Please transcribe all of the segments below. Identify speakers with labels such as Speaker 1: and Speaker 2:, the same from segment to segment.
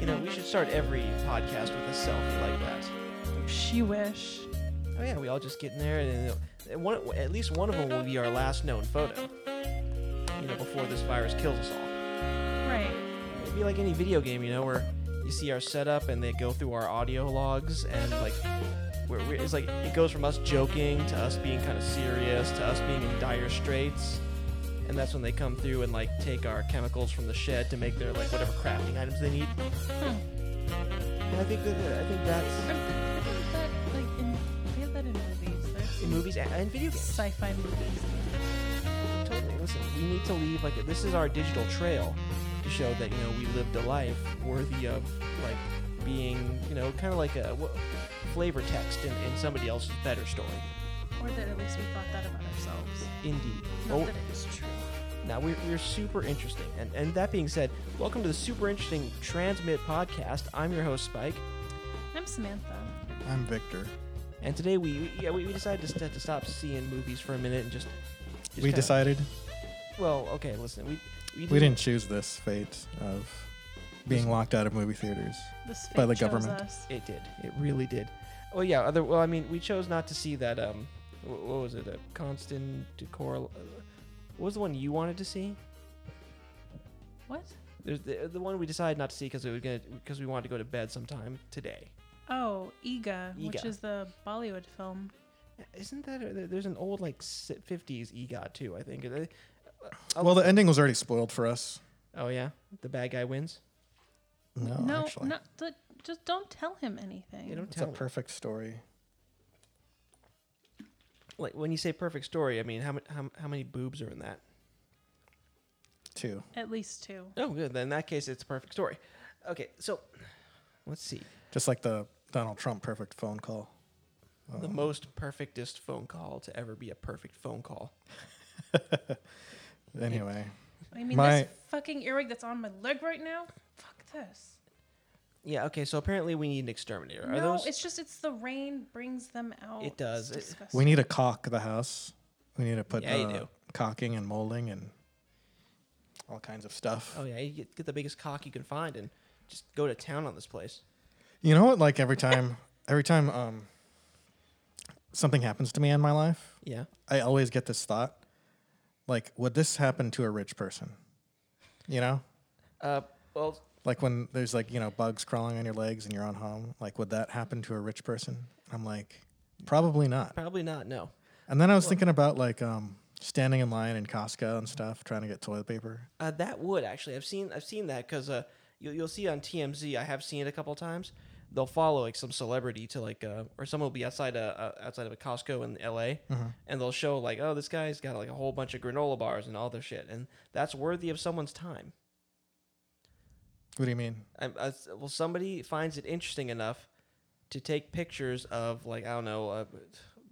Speaker 1: know, we should start every podcast with a selfie like that.
Speaker 2: She wish.
Speaker 1: Oh yeah, we all just get in there, and and one, at least one of them will be our last known photo. You know, before this virus kills us all.
Speaker 2: Right.
Speaker 1: It'd be like any video game, you know, where you see our setup and they go through our audio logs, and like, we're, we're, it's like it goes from us joking to us being kind of serious to us being in dire straits, and that's when they come through and like take our chemicals from the shed to make their like whatever crafting items they need.
Speaker 2: Huh.
Speaker 1: And I think that, I think
Speaker 2: I
Speaker 1: that's
Speaker 2: think that like in they have that in movies. There's
Speaker 1: in movies and, and video games.
Speaker 2: sci-fi movies.
Speaker 1: Totally. Listen, we need to leave like this is our digital trail to show that you know we lived a life worthy of like being you know kind of like a wha- flavor text in, in somebody else's better story.
Speaker 2: Or that at least we thought that about ourselves.
Speaker 1: Indeed.
Speaker 2: Not
Speaker 1: Oh,
Speaker 2: that it's true.
Speaker 1: now we're, we're super interesting. And and that being said, welcome to the super interesting Transmit podcast. I'm your host Spike,
Speaker 2: I'm Samantha.
Speaker 3: I'm Victor.
Speaker 1: and today we yeah we, we decided to, st- to stop seeing movies for a minute and just, just
Speaker 3: we
Speaker 1: kinda-
Speaker 3: decided
Speaker 1: Well, okay, listen, we we,
Speaker 3: we didn't choose this fate of being locked out of movie theaters.
Speaker 2: This
Speaker 3: By
Speaker 2: fate
Speaker 3: the
Speaker 2: chose
Speaker 3: government.
Speaker 2: Us.
Speaker 1: It did. It really did. Well, yeah. Other. Well, I mean, we chose not to see that. Um, wh- what was it? A constant decor. What was the one you wanted to see?
Speaker 2: What?
Speaker 1: There's the, the one we decided not to see because we were gonna because we wanted to go to bed sometime today.
Speaker 2: Oh, Iga, which
Speaker 1: Iga.
Speaker 2: is the Bollywood film.
Speaker 1: Isn't that a, there's an old like si- 50s EGOT too? I think. Uh, uh,
Speaker 3: Well, the ending was already spoiled for us.
Speaker 1: oh yeah, the bad guy wins.
Speaker 3: No,
Speaker 2: no,
Speaker 3: actually.
Speaker 2: not the, just don't tell him anything.
Speaker 1: You don't
Speaker 3: It's a
Speaker 1: tell. me.
Speaker 3: perfect story.
Speaker 1: like when you say perfect story, I mean how ma- how, how many boobs are in that?
Speaker 3: too.
Speaker 2: At least two.
Speaker 1: Oh, good. Then in that case, it's a perfect story. Okay, so let's see.
Speaker 3: Just like the Donald Trump perfect phone call.
Speaker 1: The most perfectest phone call to ever be a perfect phone call.
Speaker 3: Uh, Anyway,
Speaker 2: I mean,
Speaker 3: My-
Speaker 2: this fucking earwig that's on my leg right now. Fuck this.
Speaker 1: Yeah, okay, so apparently we need an exterminator. Are
Speaker 2: no,
Speaker 1: those
Speaker 2: it's just it's the rain brings them out.
Speaker 1: It does. It-
Speaker 2: It's disgusting.
Speaker 3: we need to caulk the house. We need to put
Speaker 1: Yeah, you
Speaker 3: uh,
Speaker 1: do.
Speaker 3: caulking and molding and all kinds of stuff.
Speaker 1: Oh yeah, you get, get the biggest cock you can find and just go to town on this place.
Speaker 3: You know what? Like every time, every time um, something happens to me in my life,
Speaker 1: Yeah.
Speaker 3: I always get this thought, like, would this happen to a rich person? You know,
Speaker 1: Uh well
Speaker 3: like when there's like you know bugs crawling on your legs and you're on home, like would that happen to a rich person? I'm like, probably not.
Speaker 1: probably not, no.
Speaker 3: And then I was thinking about like um, standing in line in Costco and stuff, trying to get toilet paper.
Speaker 1: Uh, that would actually. I've seen I've seen that because uh, you, you'll see on TMZ. I have seen it a couple times. They'll follow like some celebrity to like, uh, or someone will be outside a, a outside of a Costco in L.A.
Speaker 3: Mm-hmm.
Speaker 1: and they'll show like, oh, this guy's got like a whole bunch of granola bars and all their shit, and that's worthy of someone's time.
Speaker 3: What do you mean?
Speaker 1: I, I, well, somebody finds it interesting enough to take pictures of like I don't know uh,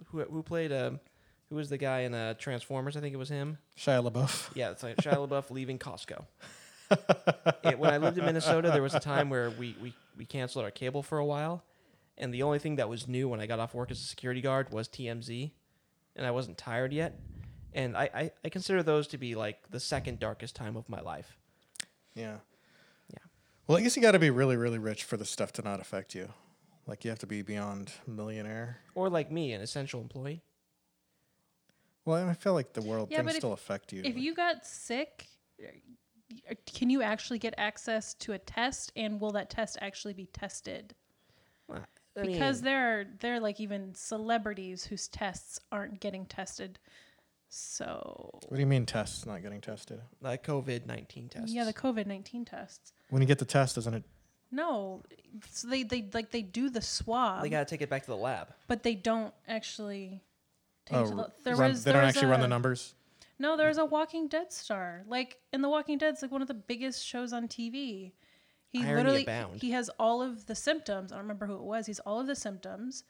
Speaker 1: who who played um who was the guy in uh, Transformers? I think it was him.
Speaker 3: Shia LaBeouf.
Speaker 1: Yeah, it's like Shia LaBeouf leaving Costco. It- when I lived in Minnesota, there was a time where we, we, we canceled our cable for a while, and the only thing that was new when I got off work as a security guard was TMZ, and I wasn't tired yet. And I, I, I consider those to be like the second darkest time of my life.
Speaker 3: Yeah.
Speaker 1: Yeah.
Speaker 3: Well, I guess you got to be really, really rich for this stuff to not affect you. Like you have to be beyond millionaire.
Speaker 1: Or like me, an essential employee.
Speaker 3: Well, I feel like the world
Speaker 2: Yeah,
Speaker 3: things
Speaker 2: but if-
Speaker 3: still affect you.
Speaker 2: If you got sick, uh, can you actually get access to a test, and will that test actually be tested?
Speaker 1: Well, I
Speaker 2: Because
Speaker 1: mean,
Speaker 2: there are there are like even celebrities whose tests aren't getting tested. So
Speaker 3: what do you mean tests not getting tested?
Speaker 1: like COVID nineteen tests.
Speaker 2: yeah, the COVID nineteen tests.
Speaker 3: When you get the test, isn't it?
Speaker 2: No, so they they like they do the swab,
Speaker 1: they got to take it back to the lab.
Speaker 2: but they don't actually. Take
Speaker 3: Oh,
Speaker 2: to the,
Speaker 3: run- they don't
Speaker 2: was
Speaker 3: actually run the
Speaker 2: a-
Speaker 3: numbers.
Speaker 2: No, there was a Walking Dead star. Like in The Walking Dead's like one of the biggest shows on TV. He
Speaker 1: Irony
Speaker 2: literally
Speaker 1: abound.
Speaker 2: he has all of the symptoms. I don't remember who it was. He's all of the symptoms.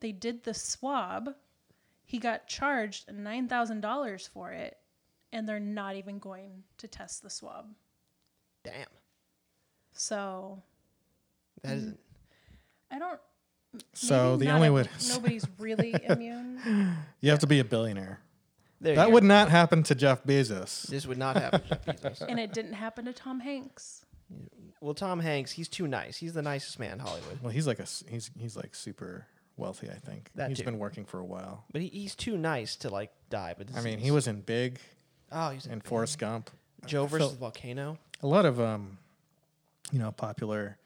Speaker 2: They did the swab. He got charged nine thousand dollars for it, and they're not even going to test the swab.
Speaker 1: Damn,
Speaker 2: So
Speaker 1: that
Speaker 2: Mm.
Speaker 1: is
Speaker 2: I don't.
Speaker 3: So
Speaker 2: maybe
Speaker 3: the
Speaker 2: not
Speaker 3: only
Speaker 2: ev-
Speaker 3: way
Speaker 2: nobody's really immune.
Speaker 3: you have to be a billionaire.
Speaker 1: there you
Speaker 3: That
Speaker 1: go.
Speaker 3: would not happen to Jeff Bezos.
Speaker 1: This would not happen. to Jeff Bezos.
Speaker 2: and it didn't happen to Tom Hanks.
Speaker 1: Well, Tom Hanks, he's too nice. He's the nicest man in Hollywood.
Speaker 3: Well, he's like a s- he's he's like super wealthy. I think
Speaker 1: That
Speaker 3: he's
Speaker 1: too.
Speaker 3: been working for a while.
Speaker 1: But he, he's too nice to like die. But
Speaker 3: I mean, he was in Big
Speaker 1: oh, he's in
Speaker 3: and Forrest Gump.
Speaker 1: Joe
Speaker 3: I
Speaker 1: versus
Speaker 3: felt-
Speaker 1: the volcano.
Speaker 3: a lot of um, you know, popular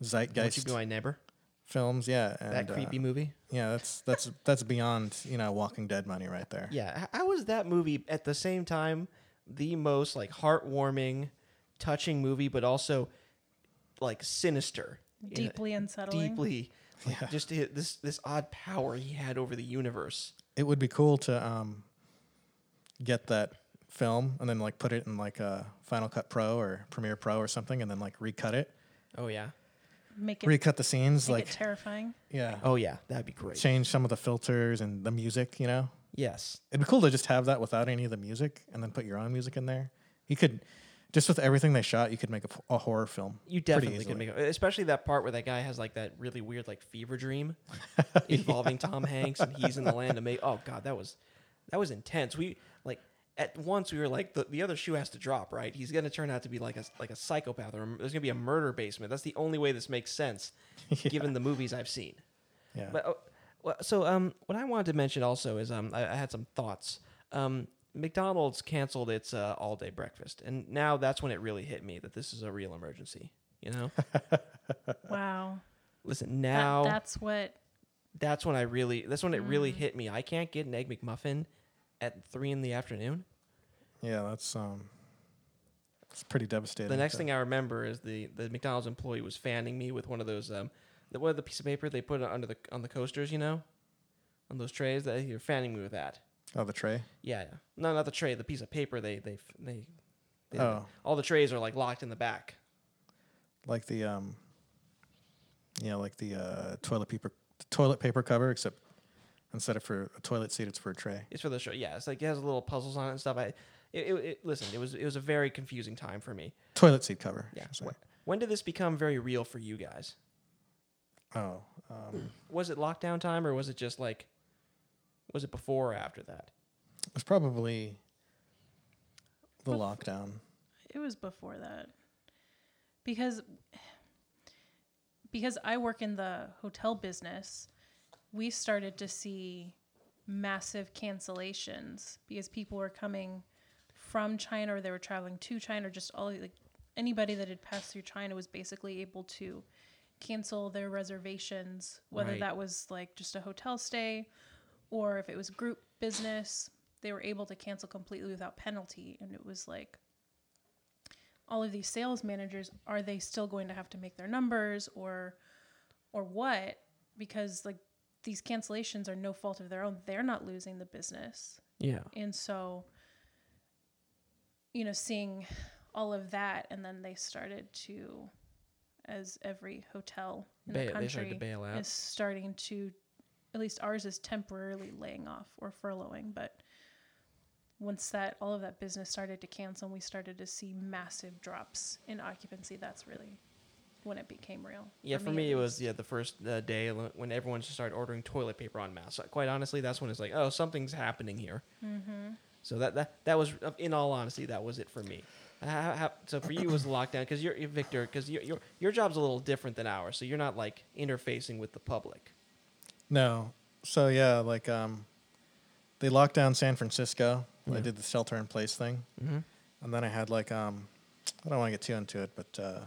Speaker 1: Would you
Speaker 3: zeitgeist
Speaker 1: be my neighbor?
Speaker 3: films. Yeah, and,
Speaker 1: That
Speaker 3: uh,
Speaker 1: creepy movie.
Speaker 3: yeah, that's that's that's beyond you know Walking Dead money right there.
Speaker 1: Yeah, h- how was that movie at the same time the most like heartwarming, touching movie, but also like sinister, in a-
Speaker 2: Deeply unsettling.
Speaker 1: deeply, like,
Speaker 3: Yeah.
Speaker 1: just hi- this this odd power he had over the universe.
Speaker 3: It would be cool to um, get that film and then like put it in like a Final Cut Pro or Premiere Pro or something, and then like recut it,
Speaker 1: Oh yeah,
Speaker 2: Make it, make
Speaker 3: recut the scenes,
Speaker 2: it
Speaker 3: like
Speaker 2: terrifying.
Speaker 3: yeah,
Speaker 1: oh yeah, that'd be great.
Speaker 3: change some of the filters and the music. You know,
Speaker 1: Yes,
Speaker 3: it'd be cool to just have that without any of the music, and then put your own music in there. You could just with everything they shot, you could make a, f- a horror film.
Speaker 1: you
Speaker 3: pretty
Speaker 1: definitely
Speaker 3: easily.
Speaker 1: could make, it, especially that part where that guy has like that really weird like fever dream involving Tom Hanks and he's in the land of May. Oh god, that was that was intense. We like at once we were like the, the other shoe has to drop, right? He's gonna turn out to be like a like a psychopath or a- there's gonna be a murder basement. That's the only way this makes sense, given the movies I've seen.
Speaker 3: Yeah.
Speaker 1: But oh, well, so um, what I wanted to mention also is um, I, I had some thoughts. Um, McDonald's canceled its uh, all-day breakfast, and now that's when it really hit me that this is a real emergency. You know,
Speaker 2: Wow.
Speaker 1: listen
Speaker 2: That- Mm.
Speaker 1: now.
Speaker 2: that's what
Speaker 1: that's when I really that's when it really hit me. I can't get an egg McMuffin at three in the afternoon.
Speaker 3: Yeah, that's um, it's pretty devastating.
Speaker 1: The next
Speaker 3: to-
Speaker 1: thing I remember is the the McDonald's employee was fanning me with one of those um the one of the piece of paper they put under the on the coasters, you know, on those trays that you're fanning me with that.
Speaker 3: oh, the tray.
Speaker 1: Yeah, yeah. no, not the tray, the piece of paper they they they. they
Speaker 3: Oh.
Speaker 1: All the trays are like locked in the back.
Speaker 3: like the um yeah like the uh toilet paper toilet paper cover except instead of for a toilet seat it's for a tray
Speaker 1: It's for the show. Yeah, it's like it has little puzzles on it and stuff. I, it, it, it, listen, it was it was a very confusing time for me.
Speaker 3: toilet seat cover
Speaker 1: Yeah.
Speaker 3: sorry.
Speaker 1: Wh- When did this become very real for you guys?
Speaker 3: oh um
Speaker 1: was it lockdown time or was it just like was it before or after that
Speaker 3: it's probably the lockdown
Speaker 2: it was before that because because i work in the hotel business we started to see massive cancellations because people were coming from china or they were traveling to china or just all like anybody that had passed through china was basically able to cancel their reservations whether
Speaker 1: Right.
Speaker 2: that was like just a hotel stay or if it was group business they were able to cancel completely without penalty and it was like all of these sales managers are they still going to have to make their numbers or or what because like these cancellations are no fault of their own they're not losing the business
Speaker 1: yeah
Speaker 2: and so you know seeing all of that and then they started to as every hotel in
Speaker 1: Bail-
Speaker 2: the
Speaker 1: they
Speaker 2: country
Speaker 1: started to bail out.
Speaker 2: is starting to at least ours is temporarily laying off or furloughing but once that all of that business started to cancel and we started to see massive drops in occupancy that's really when it became real
Speaker 1: yeah for, me,
Speaker 2: at
Speaker 1: it
Speaker 2: least.
Speaker 1: was yeah the first uh, day l- when everyone just started ordering toilet paper en masse quite honestly that's when it's like oh something's happening here mm-hmm. so that, that that was in all honesty that was it for me how, how, so for you it was the lockdown because you're you're- victor because your, your your job's a little different than ours so you're not like interfacing with the public
Speaker 3: no so yeah like um they locked down san francisco i
Speaker 1: Yeah.
Speaker 3: did the shelter in place thing
Speaker 1: mm-hmm.
Speaker 3: and then i had like um i don't want to get too into it but uh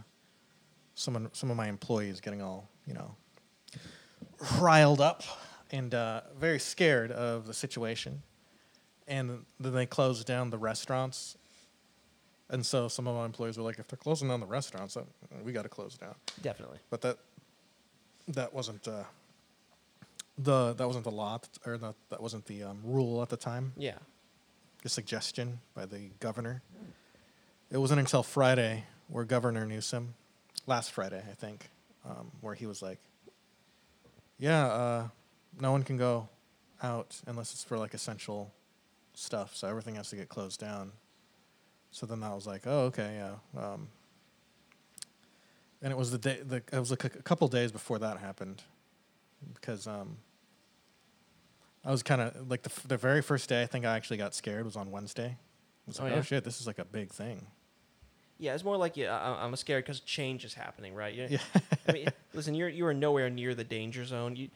Speaker 3: someone some of my employees getting all you know riled up and uh, very scared of the situation and then they closed down the restaurants and so some of my employees were like if they're closing down the restaurants then we got to close down
Speaker 1: definitely
Speaker 3: but that that wasn't uh, the that wasn't the law at the- or the, that wasn't the um, rule at the time
Speaker 1: yeah
Speaker 3: a suggestion by the governor. It wasn't until Friday where Governor Newsom, last Friday, I think, um, where he was like, yeah, uh, no one can go out unless it's for like essential stuff. So everything has to get closed down. So then that was like, oh, okay, yeah. Um, and it was the day, the, it was like a couple days before that happened because um, I was kind of like the, f- the very first day I think I actually got scared was on Wednesday. I was
Speaker 1: Oh,
Speaker 3: like,
Speaker 1: yeah?
Speaker 3: oh shit, this is like a big thing.
Speaker 1: Yeah, it's more like yeah, I, I'm scared because change is happening, right? you I mean, listen, you're you are nowhere near the danger zone. You,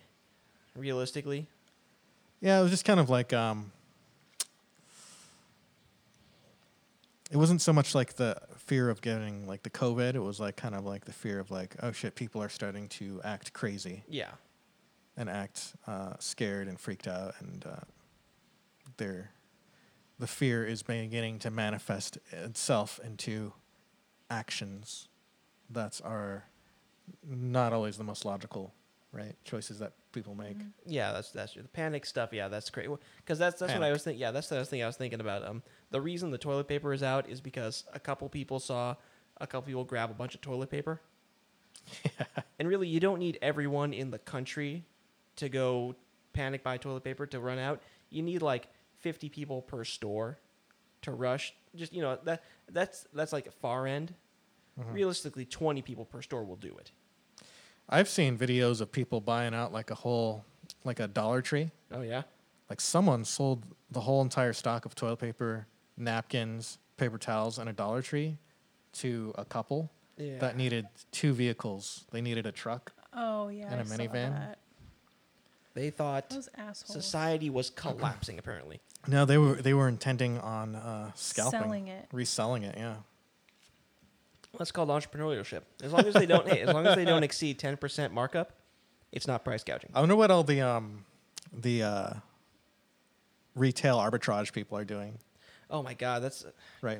Speaker 1: realistically,
Speaker 3: Yeah, it was just kind of like um it wasn't so much like the fear of getting like the COVID, it was like kind of like the fear of like, oh shit, people are starting to act crazy
Speaker 1: yeah,
Speaker 3: and act uh, scared and freaked out and uh their the fear is beginning to manifest itself into actions that are not always the most logical, right? Choices that people make.
Speaker 1: yeah. That's that's the panic stuff. Yeah, that's great. Because that's that's what I
Speaker 3: Panic.
Speaker 1: was thinking. Yeah, that's the other thing I was thinking about. Um, the reason the toilet paper is out is because a couple people saw a couple people grab a bunch of toilet paper. And really, you don't need everyone in the country to go panic buy toilet paper to run out. You need like 50 people per store to rush. Just you know that that's that's like a far end. Mm-hmm. Realistically, 20 people per store will do it.
Speaker 3: I've seen videos of people buying out like a whole, like a Dollar Tree.
Speaker 1: Oh yeah,
Speaker 3: Like someone sold the whole entire stock of toilet paper, napkins, paper towels, and a Dollar Tree to a couple
Speaker 1: yeah.
Speaker 3: that needed two vehicles. They needed a truck.
Speaker 2: Oh yeah.
Speaker 3: And
Speaker 2: I
Speaker 3: a
Speaker 2: saw
Speaker 3: minivan?
Speaker 2: that.
Speaker 1: they thought
Speaker 2: Those assholes.
Speaker 1: society was collapsing. Apparently,
Speaker 3: No, they were they were intending on uh, scalping,
Speaker 2: Selling it.
Speaker 3: reselling it. Yeah,
Speaker 1: that's called entrepreneurship. As long as they don't, hey, as long as they don't exceed 10 percent markup, it's not price gouging.
Speaker 3: I wonder what all the um, the uh, retail arbitrage people are doing
Speaker 1: Oh my god, that's
Speaker 3: right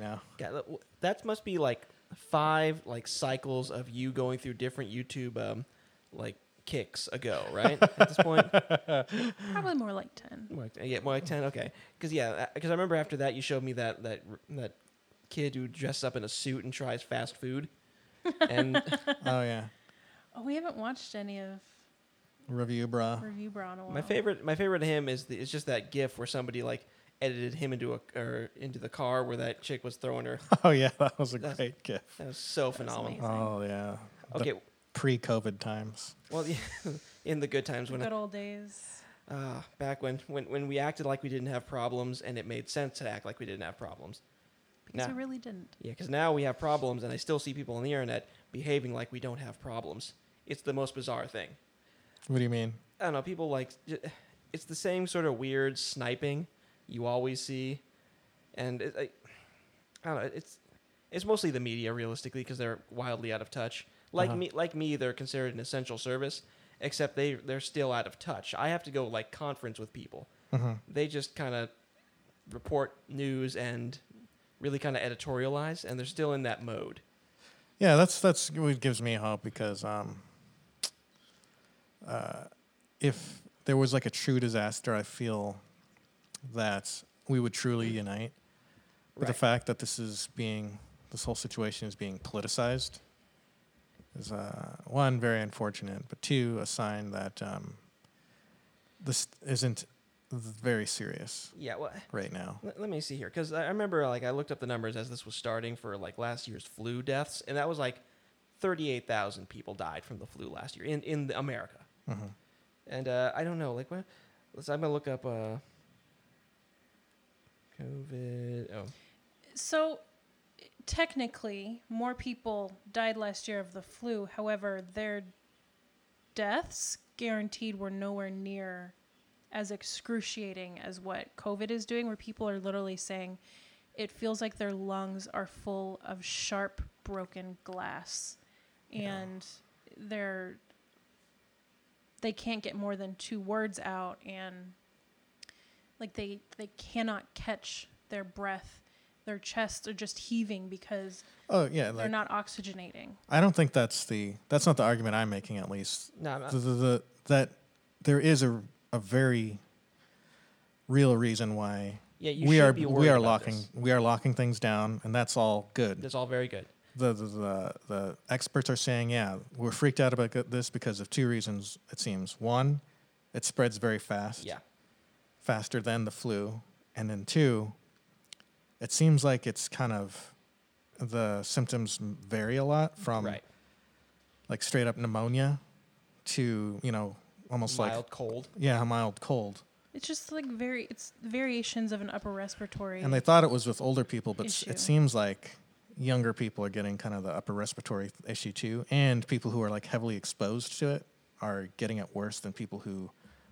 Speaker 3: now.
Speaker 1: God, that- w- that must be like five like cycles of you going through different YouTube um, like kicks ago, right? At this point,
Speaker 2: Probably more like ten.
Speaker 1: More like- uh, yeah, more like ten. Okay, because yeah, because I remember after that you showed me that that r- that kid who dressed up in a suit and tries fast food, and
Speaker 3: oh yeah,
Speaker 2: Oh, we haven't watched any of
Speaker 3: review bra.
Speaker 2: Review Bra in a while.
Speaker 1: Oh. my favorite my favorite of him is the, is just that GIF where somebody like edited him into a or into the car where that chick was throwing her.
Speaker 3: Oh yeah, that was a
Speaker 1: That's-
Speaker 3: great gift.
Speaker 1: That was so phenomenal.
Speaker 2: amazing.
Speaker 3: Oh yeah. The
Speaker 1: Okay,
Speaker 3: pre-COVID times.
Speaker 1: well, yeah, in the good times when
Speaker 2: Good old days.
Speaker 1: Ah, back when, when when we acted like we didn't have problems, and it made sense to act like we didn't have problems.
Speaker 2: Because
Speaker 1: Nah.
Speaker 2: we really didn't.
Speaker 1: Yeah, because now we have problems, and I still see people on the internet behaving like we don't have problems. It's the most bizarre thing.
Speaker 3: What do you mean?
Speaker 1: I don't know. People like j- it's the same sort of weird sniping you always see, and it, I, I don't know. It's it's mostly the media, realistically, because they're wildly out of touch. Like
Speaker 3: Uh-huh.
Speaker 1: me, like me, they're considered an essential service, except they they're still out of touch. I have to go like conference with people.
Speaker 3: Mm-hmm.
Speaker 1: They just kind of report news and really kind of editorialize, and they're still in that mode.
Speaker 3: Yeah, that's that's what gives me hope because um, uh, if there was like a true disaster, I feel that we would truly unite. But the
Speaker 1: Right.
Speaker 3: fact that this is being this whole situation is being politicized is uh, one very unfortunate, but two a sign that um, this isn't very serious
Speaker 1: Yeah. Well,
Speaker 3: right now.
Speaker 1: Let, let me see here, because I I remember like I looked up the numbers as this was starting for like last year's flu deaths, and that was like thirty-eight thousand people died from the flu last year in in the America.
Speaker 3: Mm-hmm.
Speaker 1: And uh, I don't know, like what? Let's. I'm gonna look up uh, COVID. Oh,
Speaker 2: So technically, more people died last year of the flu. However, their deaths guaranteed were nowhere near as excruciating as what COVID is doing, where people are literally saying it feels like their lungs are full of sharp, broken glass, and they're they can't get more than two words out, and like they they cannot catch their breath. Their chests are just heaving because
Speaker 3: Oh yeah,
Speaker 2: they're
Speaker 3: like,
Speaker 2: not oxygenating.
Speaker 3: I don't think that's the that's not the argument I'm making at least.
Speaker 1: no, I'm not-
Speaker 3: the, the, the, that there is a, a very real reason why
Speaker 1: yeah, you
Speaker 3: we
Speaker 1: should
Speaker 3: are
Speaker 1: be
Speaker 3: we
Speaker 1: worried
Speaker 3: are
Speaker 1: about
Speaker 3: locking
Speaker 1: this.
Speaker 3: we are locking things down, and that's all good.
Speaker 1: That's all very good.
Speaker 3: The, the the the experts are saying, yeah, we're freaked out about this because of two reasons. It seems one, it spreads very fast,
Speaker 1: Yeah,
Speaker 3: faster than the flu, and then two, it seems like it's kind of the symptoms vary a lot from
Speaker 1: right.
Speaker 3: like straight up pneumonia to you know almost
Speaker 1: Mild
Speaker 3: like
Speaker 1: cold.
Speaker 3: yeah a mild cold
Speaker 2: It's just like very it's variations of an upper respiratory.
Speaker 3: and they thought it was with older people but s-
Speaker 2: Issue.
Speaker 3: it seems like younger people are getting kind of the upper respiratory th- issue too, and people who are like heavily exposed to it are getting it worse than people who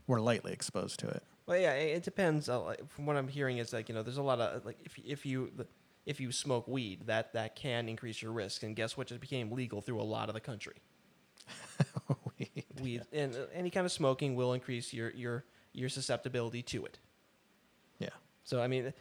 Speaker 3: were lightly exposed to it.
Speaker 1: Well, yeah, it it depends. uh, like, From what I'm hearing, is like you know, there's a lot of like if if you if you smoke weed, that that can increase your risk. And guess what? Just became legal through a lot of the country. Weed and uh, any kind of smoking will increase your your your susceptibility to it.
Speaker 3: yeah.
Speaker 1: So I mean,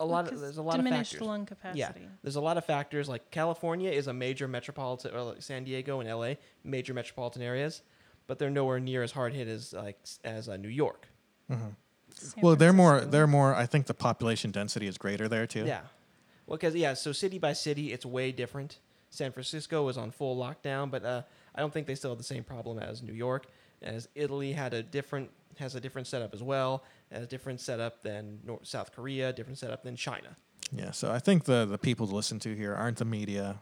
Speaker 1: a lot of
Speaker 2: Because
Speaker 1: there's a lot
Speaker 2: diminished
Speaker 1: of factors.
Speaker 2: lung
Speaker 1: Yeah,
Speaker 2: capacity.
Speaker 1: there's a lot of factors. Like California is a major metropolitan, or like San Diego and LA, major metropolitan areas, but they're nowhere near as hard hit as like s- as uh, New York.
Speaker 2: San
Speaker 3: Mm-hmm. Well, they're more.
Speaker 2: Francisco.
Speaker 3: They're more. I think the population density is greater there too.
Speaker 1: Yeah. Well, because yeah, so city by city, it's way different. San Francisco was on full lockdown, but uh, I don't think they still have the same problem as New York. As Italy had a different has a different setup as well, has a different setup than North, South Korea, different setup than China.
Speaker 3: Yeah. So I think the the people to listen to here aren't the media,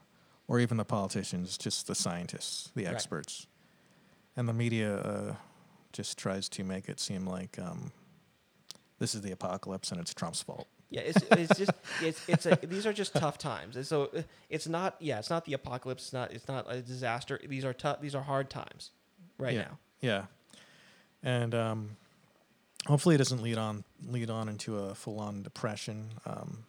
Speaker 3: or even the politicians. Just the scientists, the
Speaker 1: Right.
Speaker 3: experts, and the media uh, just tries to make it seem like um, this is the apocalypse and it's Trump's fault.
Speaker 1: Yeah, it's, it's just it's it's a, these are just tough times, and so uh, it's not yeah, it's not the apocalypse, it's not it's not a disaster. These are tough, these are hard times, right
Speaker 3: yeah.
Speaker 1: now.
Speaker 3: Yeah. And um, hopefully it doesn't lead on lead on into a full on depression. Um,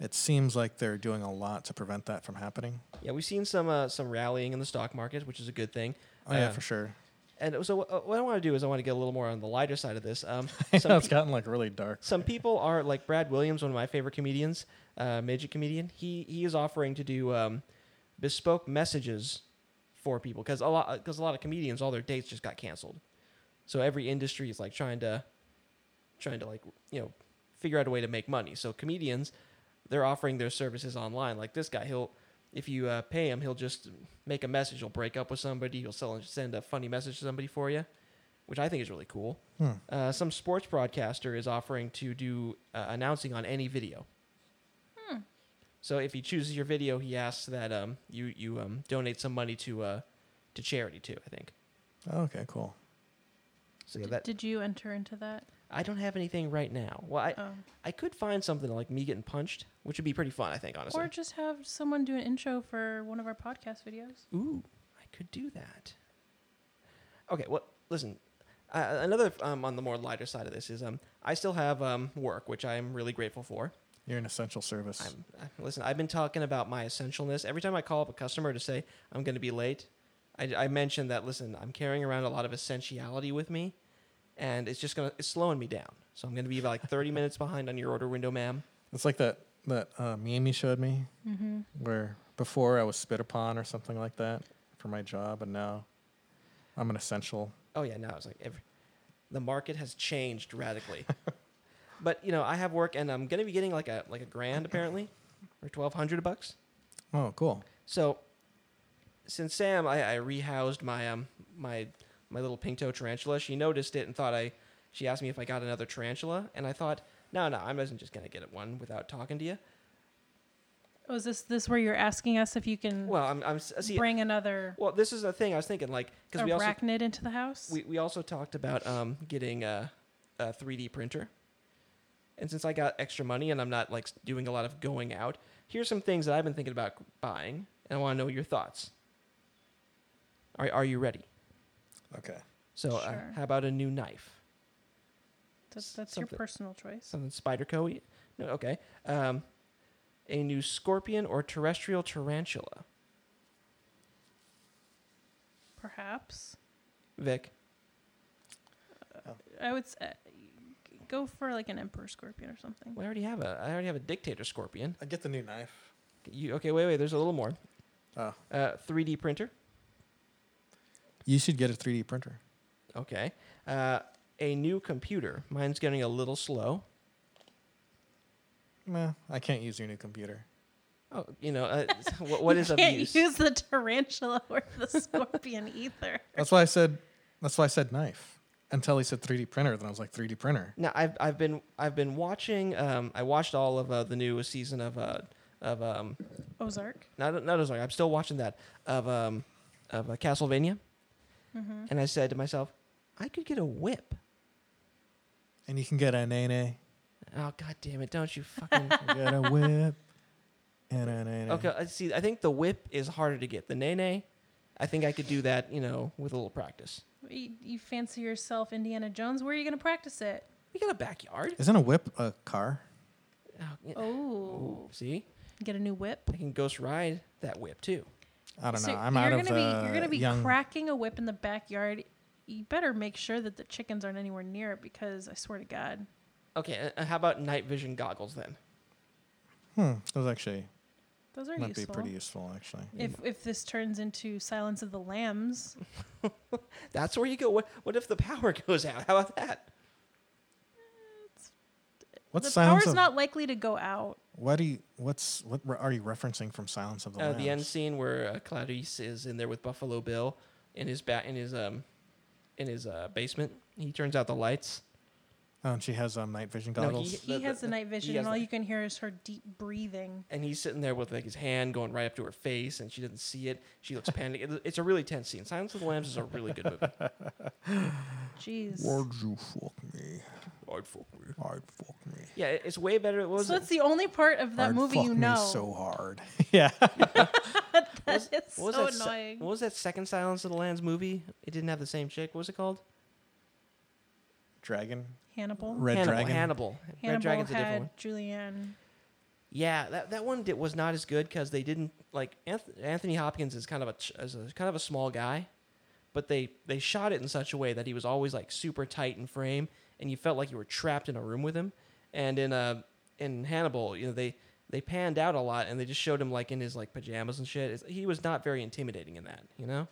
Speaker 3: it seems like they're doing a lot to prevent that from happening.
Speaker 1: Yeah, we've seen some uh, some rallying in the stock market, which is a good thing.
Speaker 3: Oh yeah,
Speaker 1: Uh,
Speaker 3: for sure.
Speaker 1: And so, uh, what I want to do is I want to get a little more on the lighter side of this. Um, some,
Speaker 3: it's
Speaker 1: pe-
Speaker 3: gotten like really dark.
Speaker 1: some people are like Brad Williams, one of my favorite comedians, uh, midget comedian. He he is offering to do um, bespoke messages for people because a lot because a lot of comedians all their dates just got canceled. So every industry is like trying to trying to like you know figure out a way to make money. So comedians they're offering their services online. Like this guy, he'll if you uh, pay him, he'll just make a message. He'll break up with somebody. He'll sell, send a funny message to somebody for you, which I think is really cool. Uh, some sports broadcaster is offering to do uh, announcing on any video. So if he chooses your video, he asks that um, you you um, donate some money to uh, to charity too. I think.
Speaker 3: Oh, okay, cool.
Speaker 1: So yeah,
Speaker 2: Did-
Speaker 1: that
Speaker 2: Did you enter into that?
Speaker 1: I don't have anything right now. Well, I
Speaker 2: Oh.
Speaker 1: I could find something like me getting punched, which would be pretty fun. I think honestly.
Speaker 2: Or just have someone do an intro for one of our podcast videos.
Speaker 1: Ooh, I could do that. Okay, well, listen. Uh, another um, on the more lighter side of this is um, I still have um, work, which I am really grateful for.
Speaker 3: You're an essential service.
Speaker 1: I'm, I, listen, I've been talking about my essentialness. Every time I call up a customer to say I'm going to be late, I, I mention that. Listen, I'm carrying around a lot of essentiality with me, and it's just gonna it's slowing me down. So I'm going to be like 30 minutes behind on your order window, ma'am.
Speaker 3: it's like that that uh, meme you showed me,
Speaker 1: Mm-hmm.
Speaker 3: where before I was spit upon or something like that for my job, and now I'm an essential.
Speaker 1: Oh yeah, now it's like every, the market has changed radically. but you know, I have work, and I'm gonna be getting like a like a grand apparently, or twelve hundred bucks.
Speaker 3: Oh, cool.
Speaker 1: So, since Sam, I, I rehoused my um my my little pink toe tarantula. She noticed it and thought I. She asked me if I got another tarantula, and I thought, no, no, I wasn't just gonna get one without talking to you.
Speaker 2: Oh, is this this where you're asking us if you can
Speaker 1: Well, I'm I'm s- see.
Speaker 2: bring another
Speaker 1: Well, this is the thing I was thinking, like, because we also
Speaker 2: arachnid into the house?
Speaker 1: we, we also talked about um, getting a, a 3D printer. And since I got extra money and I'm not like doing a lot of going out, here's some things that I've been thinking about buying, and I want to know your thoughts. Are, are you ready?
Speaker 3: Okay.
Speaker 1: So,
Speaker 2: Sure.
Speaker 1: uh, how about a new knife?
Speaker 2: that's that's
Speaker 1: something-
Speaker 2: your personal choice.
Speaker 1: Something spider coey? No, okay. Um, a new scorpion or terrestrial tarantula?
Speaker 2: Perhaps
Speaker 1: Vic,
Speaker 2: I would s- uh, g- go for like an emperor scorpion or something.
Speaker 1: well, I already have a I already have a dictator scorpion.
Speaker 3: I get the new knife.
Speaker 1: You, okay, wait, wait. There's a little more.
Speaker 3: Oh.
Speaker 1: Uh, 3D printer.
Speaker 3: You should get a 3D printer.
Speaker 1: Okay. Uh, a new computer. Mine's getting a little slow.
Speaker 3: Meh, I can't use your new computer.
Speaker 1: Oh, you know, uh, what, what
Speaker 2: You
Speaker 1: is of
Speaker 2: can't
Speaker 1: use?
Speaker 2: use the tarantula or the scorpion either.
Speaker 1: Uh,
Speaker 3: That's why I said. That's why I said knife. Until he said 3D printer, then I was like 3D printer.
Speaker 1: Now, I've I've been I've been watching. Um, I watched all of uh, the new season of uh, of um,
Speaker 2: Ozark.
Speaker 1: not not Ozark. I'm still watching that of um, of uh, Castlevania.
Speaker 2: Mm-hmm.
Speaker 1: And I said to myself, I could get a whip.
Speaker 3: And you can get a nene.
Speaker 1: Oh God damn it! Don't you fucking
Speaker 3: You get a whip.
Speaker 1: Okay, I see. I think the whip is harder to get. The nene, I think I could do that. You know, with a little practice.
Speaker 2: You, you fancy yourself Indiana Jones? Where are you going to practice it?
Speaker 1: We got a backyard.
Speaker 3: Isn't a whip a car?
Speaker 1: Oh, yeah.
Speaker 2: Oh,
Speaker 1: Ooh, see,
Speaker 2: get a new whip.
Speaker 1: I can ghost ride that whip too.
Speaker 3: I don't
Speaker 2: So
Speaker 3: know. I'm
Speaker 2: you're
Speaker 3: out
Speaker 2: gonna
Speaker 3: of
Speaker 2: be,
Speaker 3: the
Speaker 2: You're gonna be
Speaker 3: young.
Speaker 2: cracking a whip in the backyard. You better make sure that the chickens aren't anywhere near it because I swear to God,
Speaker 1: Okay, uh, how about night vision goggles then?
Speaker 3: hmm, those actually
Speaker 2: those are
Speaker 3: might
Speaker 2: useful.
Speaker 3: be pretty useful. Actually,
Speaker 2: if if this turns into Silence of the Lambs,
Speaker 1: That's where you go. What what if the power goes out? How about that?
Speaker 3: what's
Speaker 2: the
Speaker 3: Silence
Speaker 2: power's
Speaker 3: of?
Speaker 2: not likely to go out.
Speaker 3: what do you? What's what re- are you referencing from Silence of the
Speaker 1: Uh,
Speaker 3: Lambs?
Speaker 1: the end scene where uh, Clarice is in there with Buffalo Bill in his bat in his um in his uh, basement. He turns out the lights.
Speaker 3: Oh, and she has um, night vision
Speaker 1: No, he-
Speaker 3: goggles.
Speaker 2: He
Speaker 1: The- the-
Speaker 2: has the
Speaker 1: the-
Speaker 2: night
Speaker 1: he
Speaker 2: vision,
Speaker 1: has
Speaker 2: and all
Speaker 1: the-
Speaker 2: you can hear is her deep breathing.
Speaker 1: and he's sitting there with like his hand going right up to her face, and she doesn't see it. She looks panicked. It- It's a really tense scene. Silence of the Lambs is a really good movie.
Speaker 2: Jeez.
Speaker 3: you fuck me?
Speaker 1: Hard fuck me.
Speaker 3: Hard fuck me.
Speaker 1: Yeah, it- it's way better. What was
Speaker 2: So
Speaker 1: it?
Speaker 2: that's the only part of that
Speaker 3: Hard
Speaker 2: movie
Speaker 3: fuck
Speaker 2: you
Speaker 3: me
Speaker 2: know.
Speaker 3: so hard. yeah.
Speaker 1: What was,
Speaker 2: That is
Speaker 1: what was
Speaker 2: so
Speaker 1: that se-
Speaker 2: annoying.
Speaker 1: what was that second Silence of the Lambs movie? It didn't have the same chick. What was it called?
Speaker 3: Dragon.
Speaker 2: Hannibal.
Speaker 3: Red
Speaker 1: Hannibal.
Speaker 3: Dragon.
Speaker 1: Hannibal. Red
Speaker 2: Hannibal
Speaker 1: Dragon's a
Speaker 2: had
Speaker 1: different one.
Speaker 2: Julianne.
Speaker 1: Yeah, that, that one did, was not as good because they didn't like Anth- Anthony Hopkins is kind of a ch- is a kind of a small guy, but they they shot it in such a way that he was always like super tight in frame, and you felt like you were trapped in a room with him. And in uh in Hannibal, you know they they panned out a lot and they just showed him like in his like pajamas and shit. It's, he was not very intimidating in that, you know.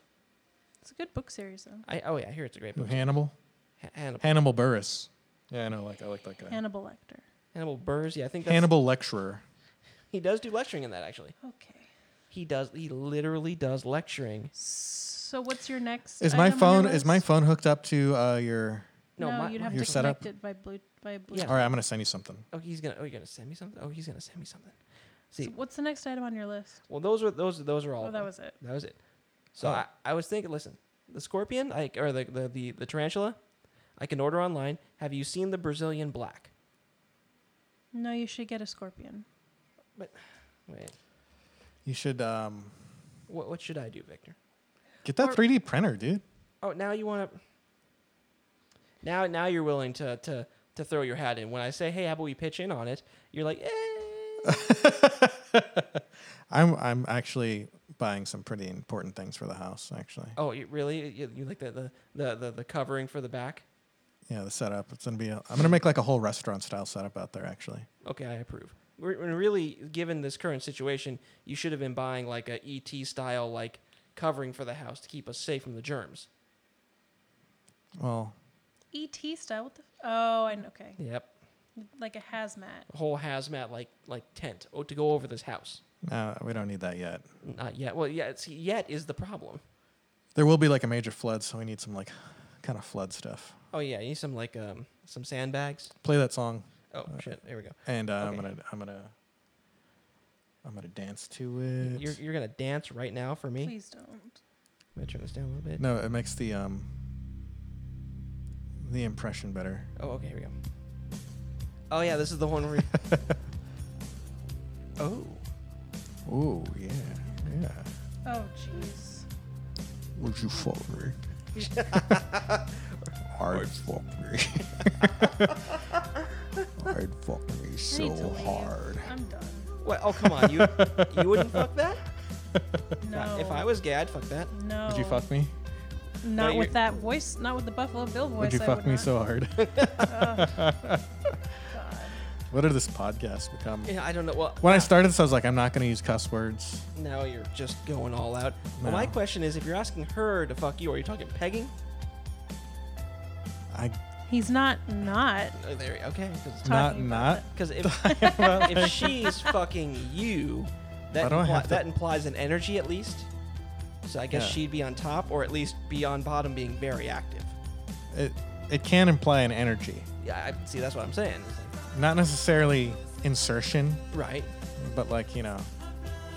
Speaker 2: It's a good book series though.
Speaker 1: I oh yeah, I hear it's a great
Speaker 3: Who,
Speaker 1: book.
Speaker 3: Hannibal.
Speaker 1: Ha- Hannibal.
Speaker 3: Hannibal Burris. Yeah, I know. Like I like that guy.
Speaker 2: Hannibal Lecter.
Speaker 1: Hannibal Burrs. Yeah, I think that's,
Speaker 3: Hannibal lecturer.
Speaker 1: he does do lecturing in that actually.
Speaker 2: Okay.
Speaker 1: He does. He literally does lecturing.
Speaker 2: So what's your next?
Speaker 3: Is my
Speaker 2: item on your
Speaker 3: phone is
Speaker 2: list?
Speaker 3: my phone hooked up to uh, your?
Speaker 2: No,
Speaker 1: No, my-
Speaker 2: you'd
Speaker 1: my-
Speaker 2: have
Speaker 3: your
Speaker 2: to
Speaker 3: setup?
Speaker 2: connect it by blue by blue.
Speaker 1: Yeah.
Speaker 3: All right, I'm gonna send you something.
Speaker 1: Oh, he's gonna. Oh, you're gonna send me something. Oh, he's gonna send me something.
Speaker 2: So
Speaker 1: See,
Speaker 2: what's the next item on your list?
Speaker 1: well, those were those. Those were all.
Speaker 2: Oh,
Speaker 1: of
Speaker 2: that
Speaker 1: them.
Speaker 2: was it.
Speaker 1: That was it. So
Speaker 3: Oh.
Speaker 1: I, I was thinking. Listen, the scorpion, like, or the, the the the tarantula, I can order online. Have you seen the Brazilian black?
Speaker 2: No, you should get a scorpion.
Speaker 1: Wait,
Speaker 3: You should um,
Speaker 1: what what should I do, Victor?
Speaker 3: get that
Speaker 2: Or-
Speaker 3: 3D printer, dude.
Speaker 1: Oh, now you want to. Now now you're willing to to to throw your hat in. When I say, hey, how about we pitch in on it? You're like, eh.
Speaker 3: I'm I'm actually buying some pretty important things for the house. Actually,
Speaker 1: oh, you, really? You, you like the the, the the the covering for the back?
Speaker 3: yeah, the setup. It's gonna be. A, I'm gonna make like a whole restaurant style setup out there. Actually,
Speaker 1: Okay, I approve. Re- and Really, given this current situation, you should have been buying like a ET style like covering for the house to keep us safe from the germs.
Speaker 3: well,
Speaker 2: ET E style. What the? F- oh, I know. Okay.
Speaker 1: Yep,
Speaker 2: Like a hazmat.
Speaker 1: a whole hazmat like like tent oh, to go over this house.
Speaker 3: no, we don't need that yet.
Speaker 1: Not yet. Well, yeah, it's yet is the problem.
Speaker 3: There will be like a major flood, so we need some like kind of flood stuff.
Speaker 1: Oh yeah, you need some like um some sandbags.
Speaker 3: Play that song,
Speaker 1: Oh shit, there we go.
Speaker 3: and uh, I'm
Speaker 1: Okay.
Speaker 3: gonna I'm gonna I'm gonna dance to it.
Speaker 1: You're, you're gonna dance right now for me.
Speaker 2: Please don't.
Speaker 1: I'm gonna turn this down a little bit.
Speaker 3: no, it makes the um the impression better.
Speaker 1: Oh okay, here we go. Oh yeah, this is the one where. oh.
Speaker 3: Oh yeah, yeah.
Speaker 2: Oh, jeez.
Speaker 3: Would you fuck me? hard fuck me. hard fuck me
Speaker 2: I need to leave. I'm done.
Speaker 1: What? Oh come on, you you wouldn't fuck that?
Speaker 2: No.
Speaker 1: If I was gay, I'd fuck that.
Speaker 2: No.
Speaker 3: Would you fuck me?
Speaker 2: Not
Speaker 1: No,
Speaker 2: with
Speaker 1: you-
Speaker 2: that voice. Not with the Buffalo Bill voice.
Speaker 3: would you
Speaker 2: Oh, I
Speaker 3: fuck me
Speaker 2: not.
Speaker 3: so hard?
Speaker 2: God.
Speaker 3: what did this podcast become?
Speaker 1: Yeah, I don't know. Well,
Speaker 3: When I started this, I was like, I'm not going to use cuss words.
Speaker 1: now you're just going all out. Well,
Speaker 3: No.
Speaker 1: my question is, if you're asking her to fuck you, are you talking pegging?
Speaker 3: I
Speaker 2: He's not not.
Speaker 1: Oh, there, okay.
Speaker 3: not
Speaker 2: Talking
Speaker 3: not.
Speaker 2: about
Speaker 1: Because if, if she's fucking you, that
Speaker 3: Why do I
Speaker 1: impli-
Speaker 3: have to-
Speaker 1: that implies an energy at least. So I guess
Speaker 3: Yeah.
Speaker 1: she'd be on top, or at least be on bottom, being very active.
Speaker 3: It it can imply an energy,
Speaker 1: Yeah, I, see, that's what I'm saying.
Speaker 3: not necessarily insertion,
Speaker 1: Right,
Speaker 3: but like you know,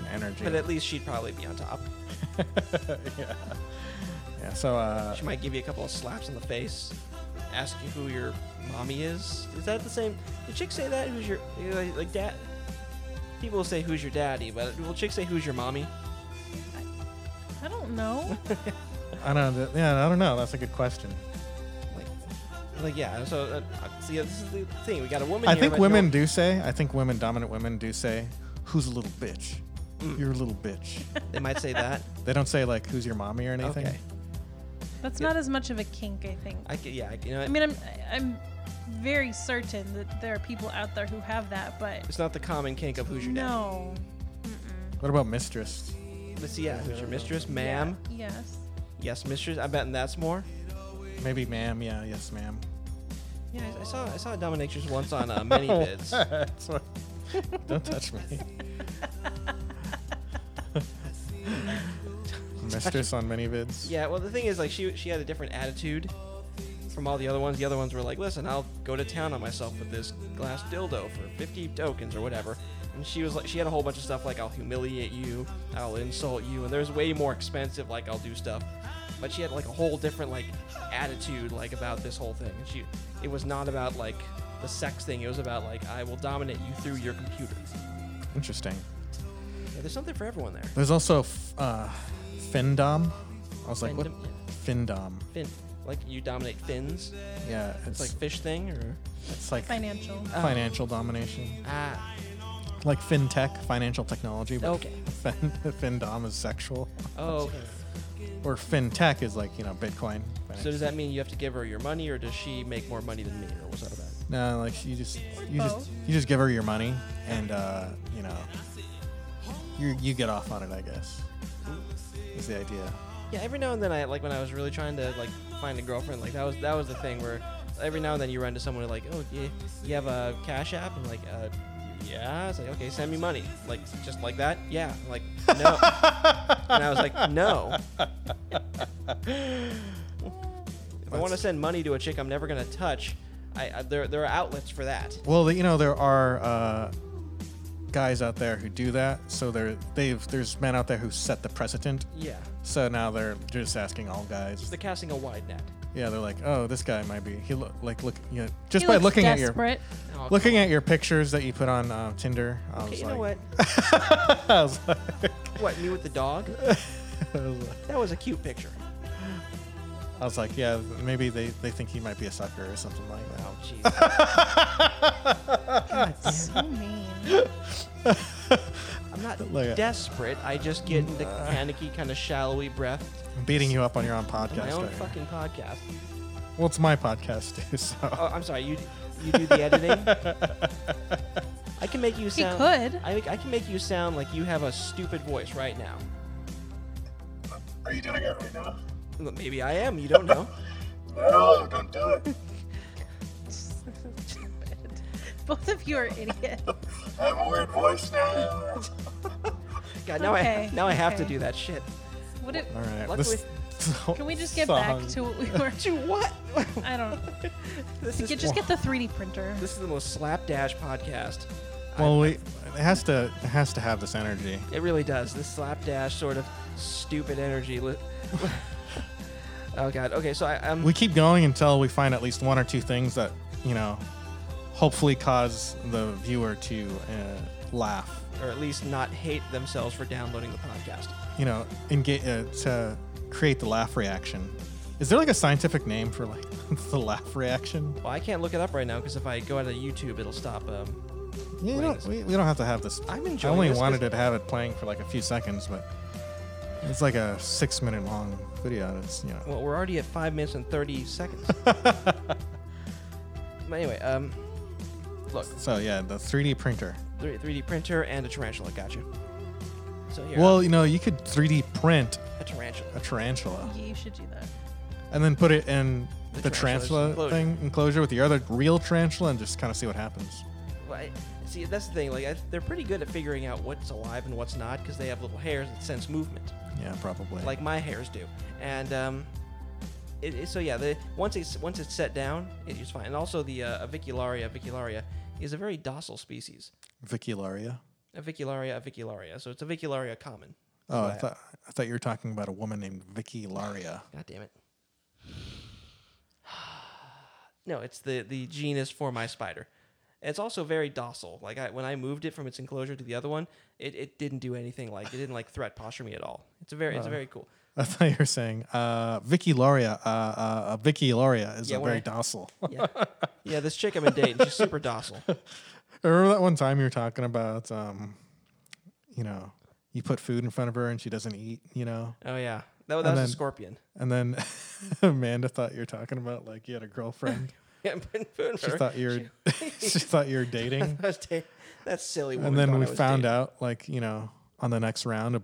Speaker 3: an energy.
Speaker 1: but at least she'd probably be on top.
Speaker 3: yeah. Yeah. So uh,
Speaker 1: She might give you a couple of slaps in the face, ask you who your mommy is. Is that the same? Did chicks say that? Who's your like dad? People will say, "Who's your daddy?" But will chicks say, "Who's your mommy?"
Speaker 2: I don't know.
Speaker 3: I don't. know, Yeah, I don't know. That's a good question.
Speaker 1: Like, like yeah. So, uh, uh, so yeah, this is the thing. We got a woman.
Speaker 3: I
Speaker 1: here,
Speaker 3: think
Speaker 1: but no-
Speaker 3: women do say. I think women, dominant women, do say, "Who's a little bitch?
Speaker 1: Mm.
Speaker 3: You're a little bitch."
Speaker 1: They might say that.
Speaker 3: they don't say like, "Who's your mommy?" or anything.
Speaker 1: okay.
Speaker 2: That's
Speaker 1: Yeah.
Speaker 2: not as much of a kink, I think.
Speaker 1: I ca- yeah. I, you know,
Speaker 2: I
Speaker 1: what?
Speaker 2: mean, I'm I'm very certain that there are people out there who have that, but
Speaker 1: it's not the common kink of who's your
Speaker 2: no.
Speaker 3: What about mistress?
Speaker 1: daddy. Let's see, yeah, who's your mistress, ma'am?
Speaker 2: Yes.
Speaker 1: Yes, mistress. I bet that's more.
Speaker 3: Maybe, ma'am. Yeah, yes, ma'am.
Speaker 1: Yeah, I, I saw I saw a dominatrix once on uh, many vids.
Speaker 3: Oh, That's what- don't touch me. mistress on many vids.
Speaker 1: Yeah, well, the thing is, like, she she had a different attitude from all the other ones. The other ones were like, "Listen, I'll go to town on myself with this glass dildo for 50 tokens or whatever." And she was like, she had a whole bunch of stuff like, "I'll humiliate you," "I'll insult you," and there's way more expensive like, "I'll do stuff." But she had like a whole different like attitude like about this whole thing. And she, it was not about like the sex thing. It was about like, "I will dominate you through your computer."
Speaker 3: Interesting.
Speaker 1: Yeah, there's something for everyone there.
Speaker 3: There's also f- uh, findom. I was like, what?
Speaker 1: Findom,
Speaker 3: Findom.
Speaker 1: Fin, like you dominate fins.
Speaker 3: Yeah,
Speaker 1: It's like fish thing or
Speaker 3: it's like
Speaker 2: Financial.
Speaker 1: Uh,
Speaker 3: financial domination.
Speaker 1: ah.
Speaker 3: like fintech, financial technology. But
Speaker 1: Okay.
Speaker 3: Fin- findom is sexual,
Speaker 1: Oh, okay.
Speaker 3: or fintech is like you know Bitcoin.
Speaker 1: so does that mean you have to give her your money, or does she make more money than me, or what's that about?
Speaker 3: No, like you just you
Speaker 2: both.
Speaker 3: just you just give her your money, and uh, you know you you get off on it, I guess. Is the idea?
Speaker 1: Yeah, every now and then I like when I was really trying to like find a girlfriend, like that was that was the thing where every now and then you run into someone who's like, oh, yeah, you have a cash app, and like, uh, yeah, it's like okay, send me money, like just like that, yeah, I'm like no, and I was like no. if I want to send money to a chick I'm never gonna touch, I, I there there are outlets for that.
Speaker 3: Well, the- you know there are uh, guys out there who do that. So there they've there's men out there who set the precedent.
Speaker 1: Yeah,
Speaker 3: So now they're just asking all guys.
Speaker 1: they're casting a wide net.
Speaker 3: Yeah, they're like, oh, this guy might be. He look like look. You know, just
Speaker 2: He
Speaker 3: by
Speaker 2: looks
Speaker 3: looking at your
Speaker 2: desperate.
Speaker 1: Oh,
Speaker 3: looking at your pictures that you put on uh, Tinder. I
Speaker 1: Okay,
Speaker 3: was
Speaker 1: you
Speaker 3: like,
Speaker 1: know what?
Speaker 3: I was like,
Speaker 1: What, me with the dog?
Speaker 3: I was like-
Speaker 1: That was a cute picture.
Speaker 3: I was like, yeah, maybe they, they think he might be a sucker or something like
Speaker 1: Oh,
Speaker 3: that.
Speaker 1: jeez.
Speaker 2: at so mean.
Speaker 1: I'm not
Speaker 3: Look at-
Speaker 1: desperate. I just get into panicky, kind of shallowy breath
Speaker 3: I'm beating you up on your own
Speaker 1: on my
Speaker 3: podcast.
Speaker 1: own
Speaker 3: right here.
Speaker 1: fucking podcast.
Speaker 3: Well, it's my podcast too, so
Speaker 1: Oh, I'm sorry. You you do the editing. I can make you
Speaker 2: He
Speaker 1: sound.
Speaker 2: could.
Speaker 1: I, I can make you sound like you have a stupid voice right now.
Speaker 4: Are you doing it right now?
Speaker 1: Well, Maybe I am. You don't know.
Speaker 4: No, don't do it.
Speaker 2: Stupid. Both of you are idiots.
Speaker 4: I have a weird voice now.
Speaker 1: God, now
Speaker 2: Okay,
Speaker 1: I now I have to
Speaker 2: okay.
Speaker 1: do that shit.
Speaker 2: What if,
Speaker 3: all right.
Speaker 1: Luckily-
Speaker 3: This, this
Speaker 2: can we just get
Speaker 3: song-
Speaker 2: back to what we were?
Speaker 1: Do what?
Speaker 2: I don't.
Speaker 1: this
Speaker 2: You
Speaker 1: is
Speaker 2: could just get the 3D printer.
Speaker 1: this is the most slapdash podcast.
Speaker 3: Well, we, it has to it has to have this energy.
Speaker 1: It really does. This slapdash sort of stupid energy. Li- oh god. Okay, so I, I'm.
Speaker 3: We keep going until we find at least one or two things that you know, hopefully cause the viewer to uh, laugh.
Speaker 1: or at least not hate themselves for downloading the podcast.
Speaker 3: you know, engage uh, to create the laugh reaction. Is there like a scientific name for like the laugh reaction?
Speaker 1: Well, I can't look it up right now because if I go out of YouTube, it'll stop. Um,
Speaker 3: Yeah, you don't- we, we don't have to have this.
Speaker 1: I'm enjoying
Speaker 3: I only
Speaker 1: this 'cause-
Speaker 3: wanted to have it playing for like a few seconds, but it's like a six-minute long video. And it's you know,
Speaker 1: well, we're already at five minutes and thirty seconds. but anyway, um, look,
Speaker 3: so yeah, the 3D printer.
Speaker 1: three D printer and a tarantula. Gotcha. So here,
Speaker 3: Well, you know, you could 3D print
Speaker 1: a tarantula.
Speaker 3: a tarantula
Speaker 2: You should do that.
Speaker 3: and then put it in
Speaker 1: The
Speaker 3: the,
Speaker 1: tarantula's
Speaker 3: tarantula
Speaker 1: enclosure.
Speaker 3: thing enclosure with your other real tarantula and just kind of see what happens.
Speaker 1: Well, I, see, that's the thing. Like, I, they're pretty good at figuring out what's alive and what's not because they have little hairs that sense movement.
Speaker 3: Yeah, probably.
Speaker 1: like my hairs do. And um, it, it- so yeah, the once it's once it's set down, it is fine. And also the uh, avicularia avicularia is a very docile species.
Speaker 3: Vicularia.
Speaker 1: Avicularia avicularia. So it's avicularia common.
Speaker 3: Oh, I
Speaker 1: Right.
Speaker 3: thought I thought you were talking about a woman named Vicky Laria.
Speaker 1: God damn it. No, it's the the genus for my spider. And it's also very docile. Like I, when I moved it from its enclosure to the other one, it, it didn't do anything. Like it didn't like threat posture me at all. It's a very it's a very cool.
Speaker 3: I thought you were saying uh, Vicky Loria. Uh, uh, uh, Vicky Loria is
Speaker 1: Yeah,
Speaker 3: a
Speaker 1: when
Speaker 3: very
Speaker 1: I-
Speaker 3: docile.
Speaker 1: Yeah, yeah. This chick I've been dating, she's super docile.
Speaker 3: Remember that one time you were talking about, um, you know, you put food in front of her and she doesn't eat, you know?
Speaker 1: Oh yeah, that, that was
Speaker 3: And
Speaker 1: a
Speaker 3: then-
Speaker 1: scorpion.
Speaker 3: And then Amanda thought you were talking about like you had a girlfriend.
Speaker 1: Yeah, I'm putting food in
Speaker 3: She
Speaker 1: her.
Speaker 3: thought you were, she thought you were dating.
Speaker 1: I was dating- that silly woman.
Speaker 3: And then
Speaker 1: thought
Speaker 3: we
Speaker 1: I was
Speaker 3: found
Speaker 1: dating.
Speaker 3: out, like you know, on the next round, of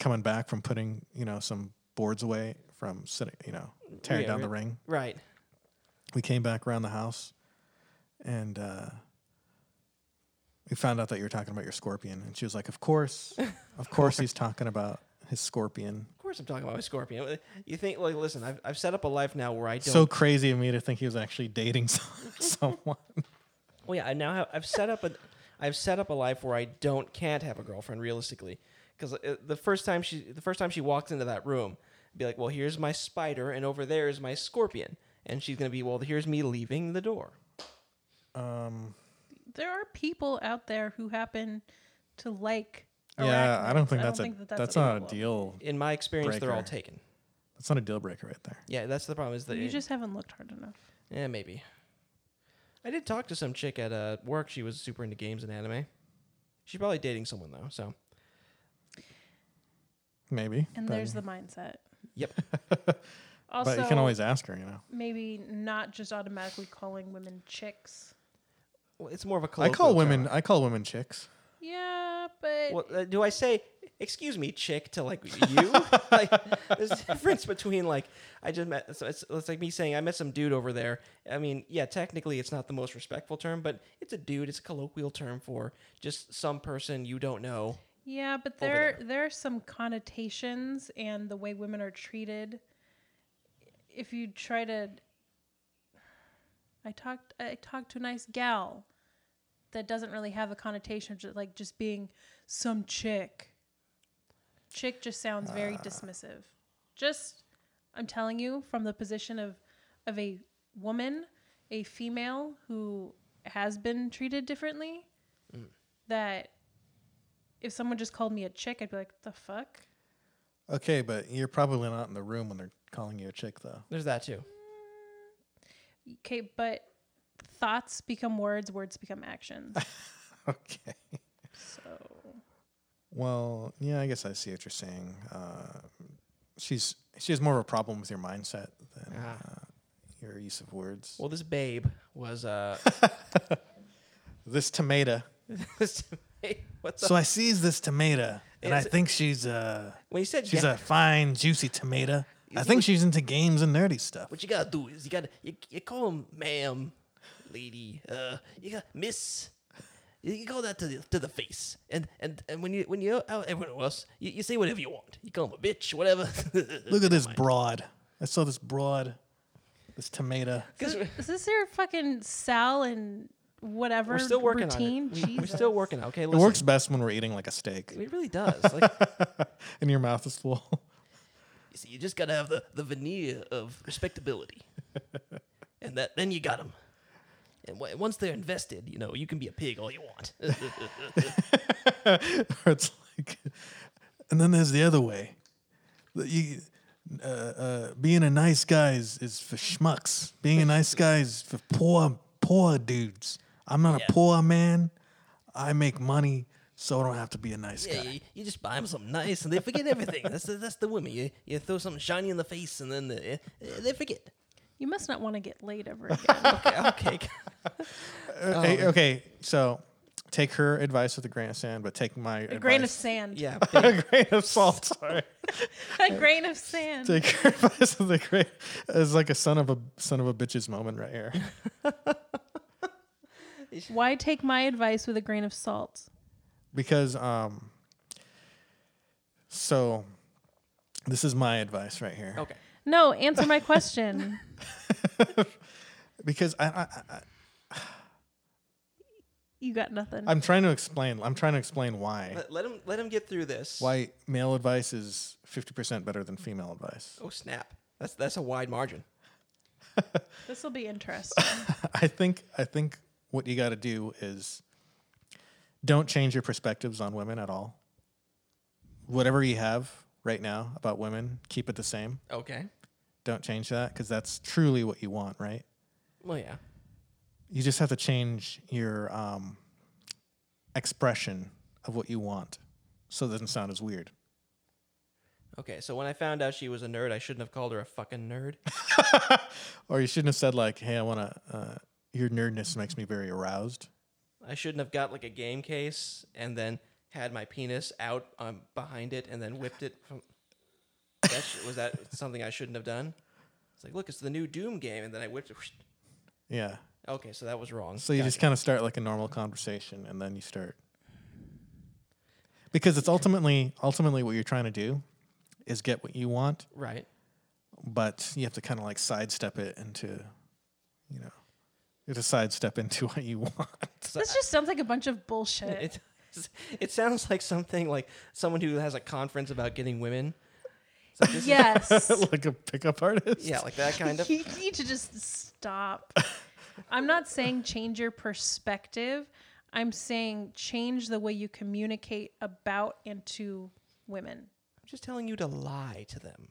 Speaker 3: coming back from putting you know some boards away from sitting, you know, tearing
Speaker 1: Yeah,
Speaker 3: down
Speaker 1: we-
Speaker 3: the ring.
Speaker 1: Right.
Speaker 3: we came back around the house and uh, we found out that you were talking about your scorpion. And she was like, Of course. Of course he's talking about his scorpion.
Speaker 1: Of course, I'm talking about my scorpion. You think like, listen, I've, I've set up a life now where I don't.
Speaker 3: So crazy of me to think he was actually dating some- someone.
Speaker 1: Well, yeah, I now have, I've set up a, I've set up a life where I don't can't have a girlfriend realistically, because the first time she the first time she walks into that room, be like, well, here's my spider and over there is my scorpion, and she's gonna be, well, here's me leaving the door.
Speaker 3: Um,
Speaker 2: There are people out there who happen to like.
Speaker 3: yeah, I don't
Speaker 2: arachnids.
Speaker 3: think that's a that's, not a
Speaker 2: problem.
Speaker 3: deal.
Speaker 1: In my experience, they're all
Speaker 3: Breaker.
Speaker 1: taken.
Speaker 3: That's not a deal breaker right there.
Speaker 1: Yeah, that's the problem. Is that
Speaker 2: You
Speaker 1: it-
Speaker 2: just haven't looked hard enough.
Speaker 1: yeah Eh, maybe. I did talk to some chick at uh, work. She was super into games and anime. She's probably dating someone though. So
Speaker 3: Maybe.
Speaker 2: And
Speaker 3: but,
Speaker 2: there's the mindset.
Speaker 1: yep.
Speaker 2: Also,
Speaker 3: but you can always ask her, you know.
Speaker 2: maybe not just automatically calling women chicks.
Speaker 1: Well, it's more of a
Speaker 3: I call
Speaker 1: colloquial
Speaker 3: women
Speaker 1: term.
Speaker 3: I call women chicks.
Speaker 2: Yeah, but
Speaker 1: Well, uh, do I say, excuse me, chick, to like you? like, there's a difference between like, I just met, so it's, it's like me saying, I met some dude over there. I mean, yeah, technically it's not the most respectful term, but it's a dude. It's a colloquial term for just some person you don't know.
Speaker 2: yeah, but
Speaker 1: Over
Speaker 2: there, there are some connotations and the way women are treated. If you try to, I talked I talked to a nice gal, that doesn't really have a connotation of ju- like just being some chick. Chick just sounds very dismissive. Just I'm telling you from the position of of a woman, a female who has been treated differently that if someone just called me a chick, I'd be like, "The fuck?"
Speaker 3: Okay, but you're probably not in the room when they're calling you a chick though.
Speaker 1: There's that too.
Speaker 2: Okay, but thoughts become words, words become actions.
Speaker 3: Okay.
Speaker 2: so
Speaker 3: Well, yeah, I guess I see what you're saying. Uh, she's she has more of a problem with your mindset than
Speaker 1: Ah.
Speaker 3: uh, your use of words.
Speaker 1: Well, this babe was, uh,
Speaker 3: this tomato.
Speaker 1: this- what's
Speaker 3: So
Speaker 1: up?
Speaker 3: I sees this tomato, and I
Speaker 1: Is it-
Speaker 3: think she's a
Speaker 1: When you said,
Speaker 3: she's
Speaker 1: yeah,
Speaker 3: a fine, juicy tomato. I
Speaker 1: you
Speaker 3: think
Speaker 1: would-
Speaker 3: she's into games and nerdy stuff.
Speaker 1: what you gotta do is you gotta, you, you call him ma'am, lady, uh, you got miss. You- You call that to the, to the face, and and and when you when you out everyone else, you, you say whatever you want. You call him a bitch, whatever.
Speaker 3: Look at this broad. I saw this broad, this tomato.
Speaker 1: Because we're,
Speaker 2: Is this your fucking Sal and whatever
Speaker 1: we're still working
Speaker 2: routine?
Speaker 1: on it. We, are
Speaker 2: Jesus.
Speaker 1: still working. on it, Okay,
Speaker 3: It
Speaker 1: listen,
Speaker 3: works best when we're eating like a steak,
Speaker 1: It really does. Like
Speaker 3: and your mouth is full.
Speaker 1: you, see, you just gotta have the, the veneer of respectability, and that then you got them. And w- once they're invested, you know you can be a pig all you want.
Speaker 3: Or it's like, and then there's the other way. That You, uh, uh, being a nice guy is, is for schmucks. Being a nice guy is for poor, poor dudes. I'm not
Speaker 1: Yeah.
Speaker 3: a poor man. I make money, so I don't have to be a nice
Speaker 1: yeah,
Speaker 3: guy.
Speaker 1: you, you just buy them something nice, and they forget everything. That's the, that's the women. You you throw something shiny in the face, and then they, they forget.
Speaker 2: You must not want to get laid ever again.
Speaker 1: Okay, okay.
Speaker 3: Uh, hey, okay, so take her advice with a grain of sand, but take my
Speaker 2: a grain of sand.
Speaker 3: advice-
Speaker 1: yeah,
Speaker 3: a grain of salt. Sorry.
Speaker 2: a grain of sand.
Speaker 3: take her advice with a grain. It's like a son of a son of a bitch's moment right here.
Speaker 2: Why take my advice with a grain of salt?
Speaker 3: because um so this is my advice right here
Speaker 1: okay.
Speaker 2: No, answer my question.
Speaker 3: because I, I, I
Speaker 2: you got nothing.
Speaker 3: i'm trying to explain i'm trying to explain why
Speaker 1: Let, let him let him get through this.
Speaker 3: why male advice is 50% better than female advice
Speaker 1: Oh snap! That's that's a wide margin.
Speaker 2: this will be interesting.
Speaker 3: i think i think what you got to do is don't change your perspectives on women at all. Whatever you have right now about women, keep it the same.
Speaker 1: Okay.
Speaker 3: Don't change that because that's truly what you want, right?
Speaker 1: Well, yeah.
Speaker 3: You just have to change your um, expression of what you want so it doesn't sound as weird.
Speaker 1: Okay, so when I found out she was a nerd, I shouldn't have called her a fucking nerd.
Speaker 3: Or you shouldn't have said, like, hey, I want to, uh, your nerdness makes me very aroused.
Speaker 1: I shouldn't have got like a game case and then had my penis out um, behind it and then whipped it. From... That sh- was that something I shouldn't have done? It's like, look, it's the new Doom game, and then I whipped it.
Speaker 3: Yeah.
Speaker 1: Okay, so that was wrong.
Speaker 3: So you just kind of start like a normal conversation, and then you start because it's ultimately ultimately what you're trying to do is get what you want,
Speaker 1: right.
Speaker 3: but you have to kind of like sidestep it into, you know, you have to sidestep into what you want.
Speaker 1: So
Speaker 2: This just sounds like a bunch of bullshit.
Speaker 1: It, it sounds like something like someone who has a conference about getting women. It's like, this is-
Speaker 2: yes.
Speaker 3: like a pickup artist.
Speaker 1: yeah, like that kind of.
Speaker 2: you need to just stop. I'm not saying change your perspective. I'm saying change the way you communicate about and to women.
Speaker 1: I'm just telling you to lie to them.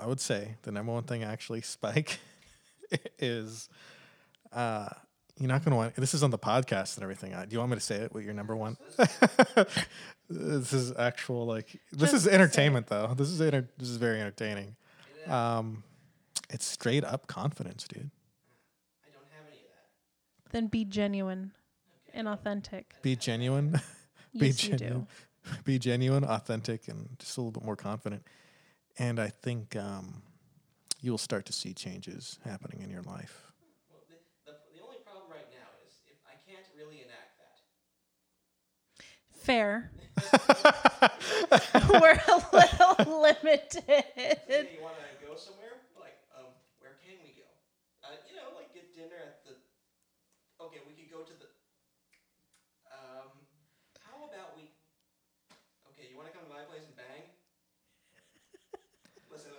Speaker 3: I would say the number one thing actually, Spike, is uh, you're not going to want. This is on the podcast and everything. Uh, Do you want me to say it? What your number one? this is actual like this
Speaker 2: Just
Speaker 3: is
Speaker 2: say it.
Speaker 3: entertainment though. This is enter- this is very entertaining. Um, it's straight up confidence, dude.
Speaker 2: Then be genuine and authentic.
Speaker 3: Be genuine. be
Speaker 2: Yes, you
Speaker 3: genuine.
Speaker 2: do.
Speaker 3: Be genuine, authentic, and just a little bit more confident. And I think um, you will start to see changes happening in your life.
Speaker 1: The, the only problem right now is if I can't really enact that.
Speaker 2: Fair. We're a little limited.
Speaker 1: you want to go somewhere? Like, um, where can we go? Uh, you know, like get dinner at the. Okay, we could go to the. Um, how about we? Okay, you want to come to my place and bang? Listen.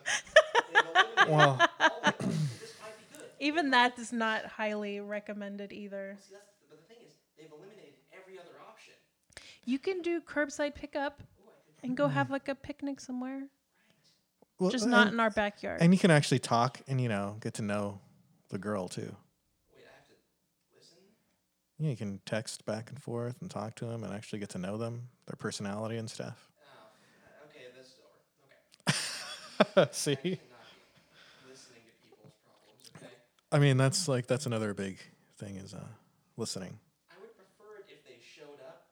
Speaker 1: they eliminated
Speaker 3: Well.
Speaker 1: all the- this might be good.
Speaker 2: Even that is not highly recommended either.
Speaker 1: See, that's, but the thing is, they've eliminated every other option.
Speaker 2: You can do curbside pickup and go have like a picnic somewhere,
Speaker 3: Well,
Speaker 2: just not
Speaker 3: and-
Speaker 2: in our backyard.
Speaker 3: and you can actually talk and you know get to know the girl too
Speaker 1: Wait, I have to listen.
Speaker 3: you, know, you can text back and forth and talk to them and actually get to know them their personality and stuff
Speaker 1: Oh, okay, this is over. Okay,
Speaker 3: see
Speaker 1: not listening to people's problems. Okay.
Speaker 3: i mean that's like that's another big thing is uh listening
Speaker 1: I would prefer it if they showed up,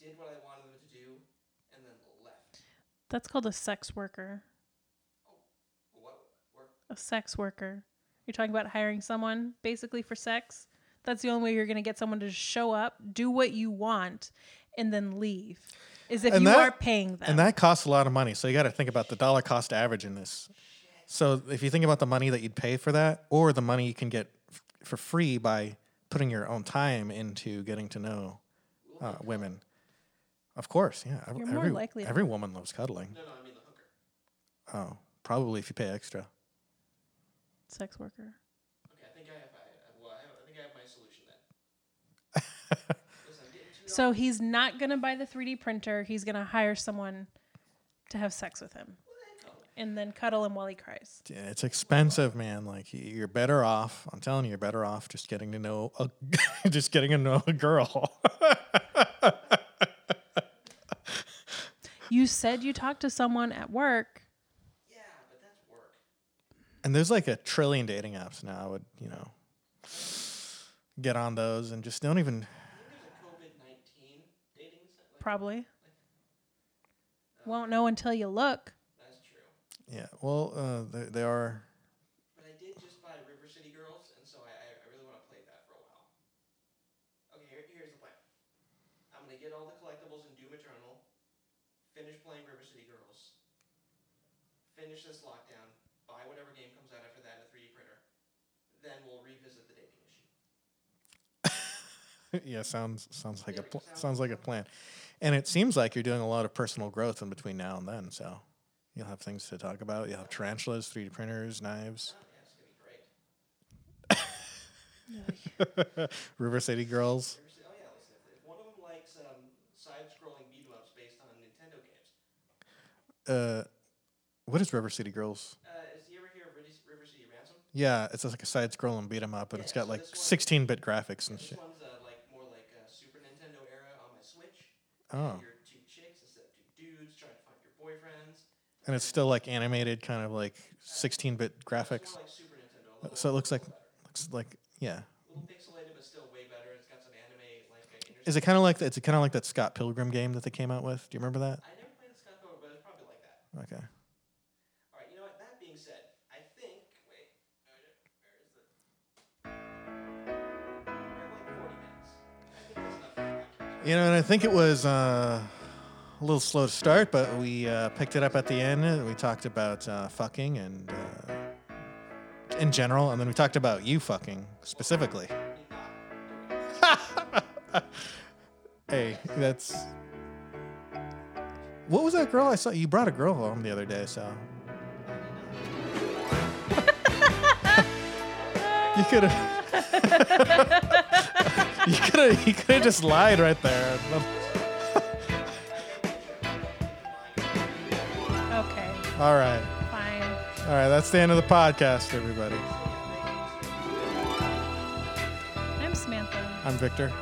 Speaker 1: did what I wanted them to do, and then left.
Speaker 2: That's called a sex worker.
Speaker 1: What? Where?
Speaker 2: A sex worker. You're talking about hiring someone basically for sex. That's the only way you're going to get someone to show up, do what you want, and then leave. Is if
Speaker 3: And
Speaker 2: you
Speaker 3: that-
Speaker 2: are paying them.
Speaker 3: and that costs a lot of money so you got to think about the dollar cost average in this so if you think about the money that you'd pay for that or the money you can get f- for free by putting your own time into getting to know uh, women of course yeah ev-
Speaker 2: You're more
Speaker 3: every,
Speaker 2: likely to-
Speaker 3: every woman loves cuddling
Speaker 1: No, no, I mean the hooker.
Speaker 3: Oh, probably if you pay extra.
Speaker 2: sex worker.
Speaker 1: Okay, I think I have. I, I- well, I, have, I think I have my solution then. Listen, I'm getting too
Speaker 2: So he's not going to buy the 3D printer. He's going to hire someone to have sex with him and then cuddle him while he cries.
Speaker 3: Yeah, It's expensive, man. Like y- you're better off. I'm telling you, you're better off just getting to know a just getting to know a girl.
Speaker 2: You said you talked to someone at work.
Speaker 1: Yeah, but that's work.
Speaker 3: and there's like a trillion dating apps now. I would, you know, get on those and just don't
Speaker 1: I
Speaker 3: even.
Speaker 1: think there's a COVID nineteen dating site. Like,
Speaker 2: Probably. Won't know until you look.
Speaker 1: that's true.
Speaker 3: Yeah. Well, uh, they, they are.
Speaker 1: But I did just buy River City Girls, and so I, I I really want to play that for a while. Okay, here, here's the plan. I'm gonna get all the collectibles in Doom Eternal, finish playing River City Girls, finish this lockdown, buy whatever game comes out after that in a 3D printer, then we'll revisit the dating issue.
Speaker 3: yeah, sounds sounds like a pl- sounds like a plan. And it seems like you're doing a lot of personal growth in between now and then. So you'll have things to talk about. You'll have tarantulas, 3D printers, knives.
Speaker 1: Yeah, it's gonna be
Speaker 3: River City Girls.
Speaker 1: Oh yeah, listen. If one of them likes um, side-scrolling beat 'em ups based on Nintendo games,
Speaker 3: Uh, what is River City Girls?
Speaker 1: uh, is you ever hear of River River City Ransom?
Speaker 3: Yeah, it's like a side scroll and beat 'em up, but it's
Speaker 1: Yeah,
Speaker 3: got
Speaker 1: so
Speaker 3: like
Speaker 1: this one-
Speaker 3: 16 bit graphics and
Speaker 1: This
Speaker 3: shit.
Speaker 1: one's uh, like more like uh, Super Nintendo era on my Switch.
Speaker 3: Oh,
Speaker 1: You're two chicks instead of two dudes trying to find your boyfriends.
Speaker 3: and it's still like animated, kind of like 16 bit
Speaker 1: It's
Speaker 3: graphics.
Speaker 1: more like Super Nintendo. a little-
Speaker 3: So it looks like, looks like, yeah.
Speaker 1: little pixelated, but still way better. It's got some anime like. Uh, inter-
Speaker 3: Is it kind of like it's kind of like that Scott Pilgrim game that they came out with? Do you remember that?
Speaker 1: I never played the Scott Pilgrim, but it's probably like that.
Speaker 3: Okay.
Speaker 1: All right, you know what? That being said, I think. Wait, uh, where is it? We have like 40 minutes. I think that's enough. for the podcast.
Speaker 3: You know, and I think it was uh, a little slow to start, but we uh, picked it up at the end. And we talked about uh, fucking and uh, in general, and then we talked about you fucking specifically.
Speaker 1: Me not.
Speaker 3: Hey, that's what was that girl I saw? You brought a girl home the other day, so you could have. you could have. You could have just lied right there.
Speaker 2: Okay,
Speaker 3: All right.
Speaker 2: fine.
Speaker 3: All right, that's the end of the podcast, everybody.
Speaker 2: I'm Samantha.
Speaker 3: I'm Victor.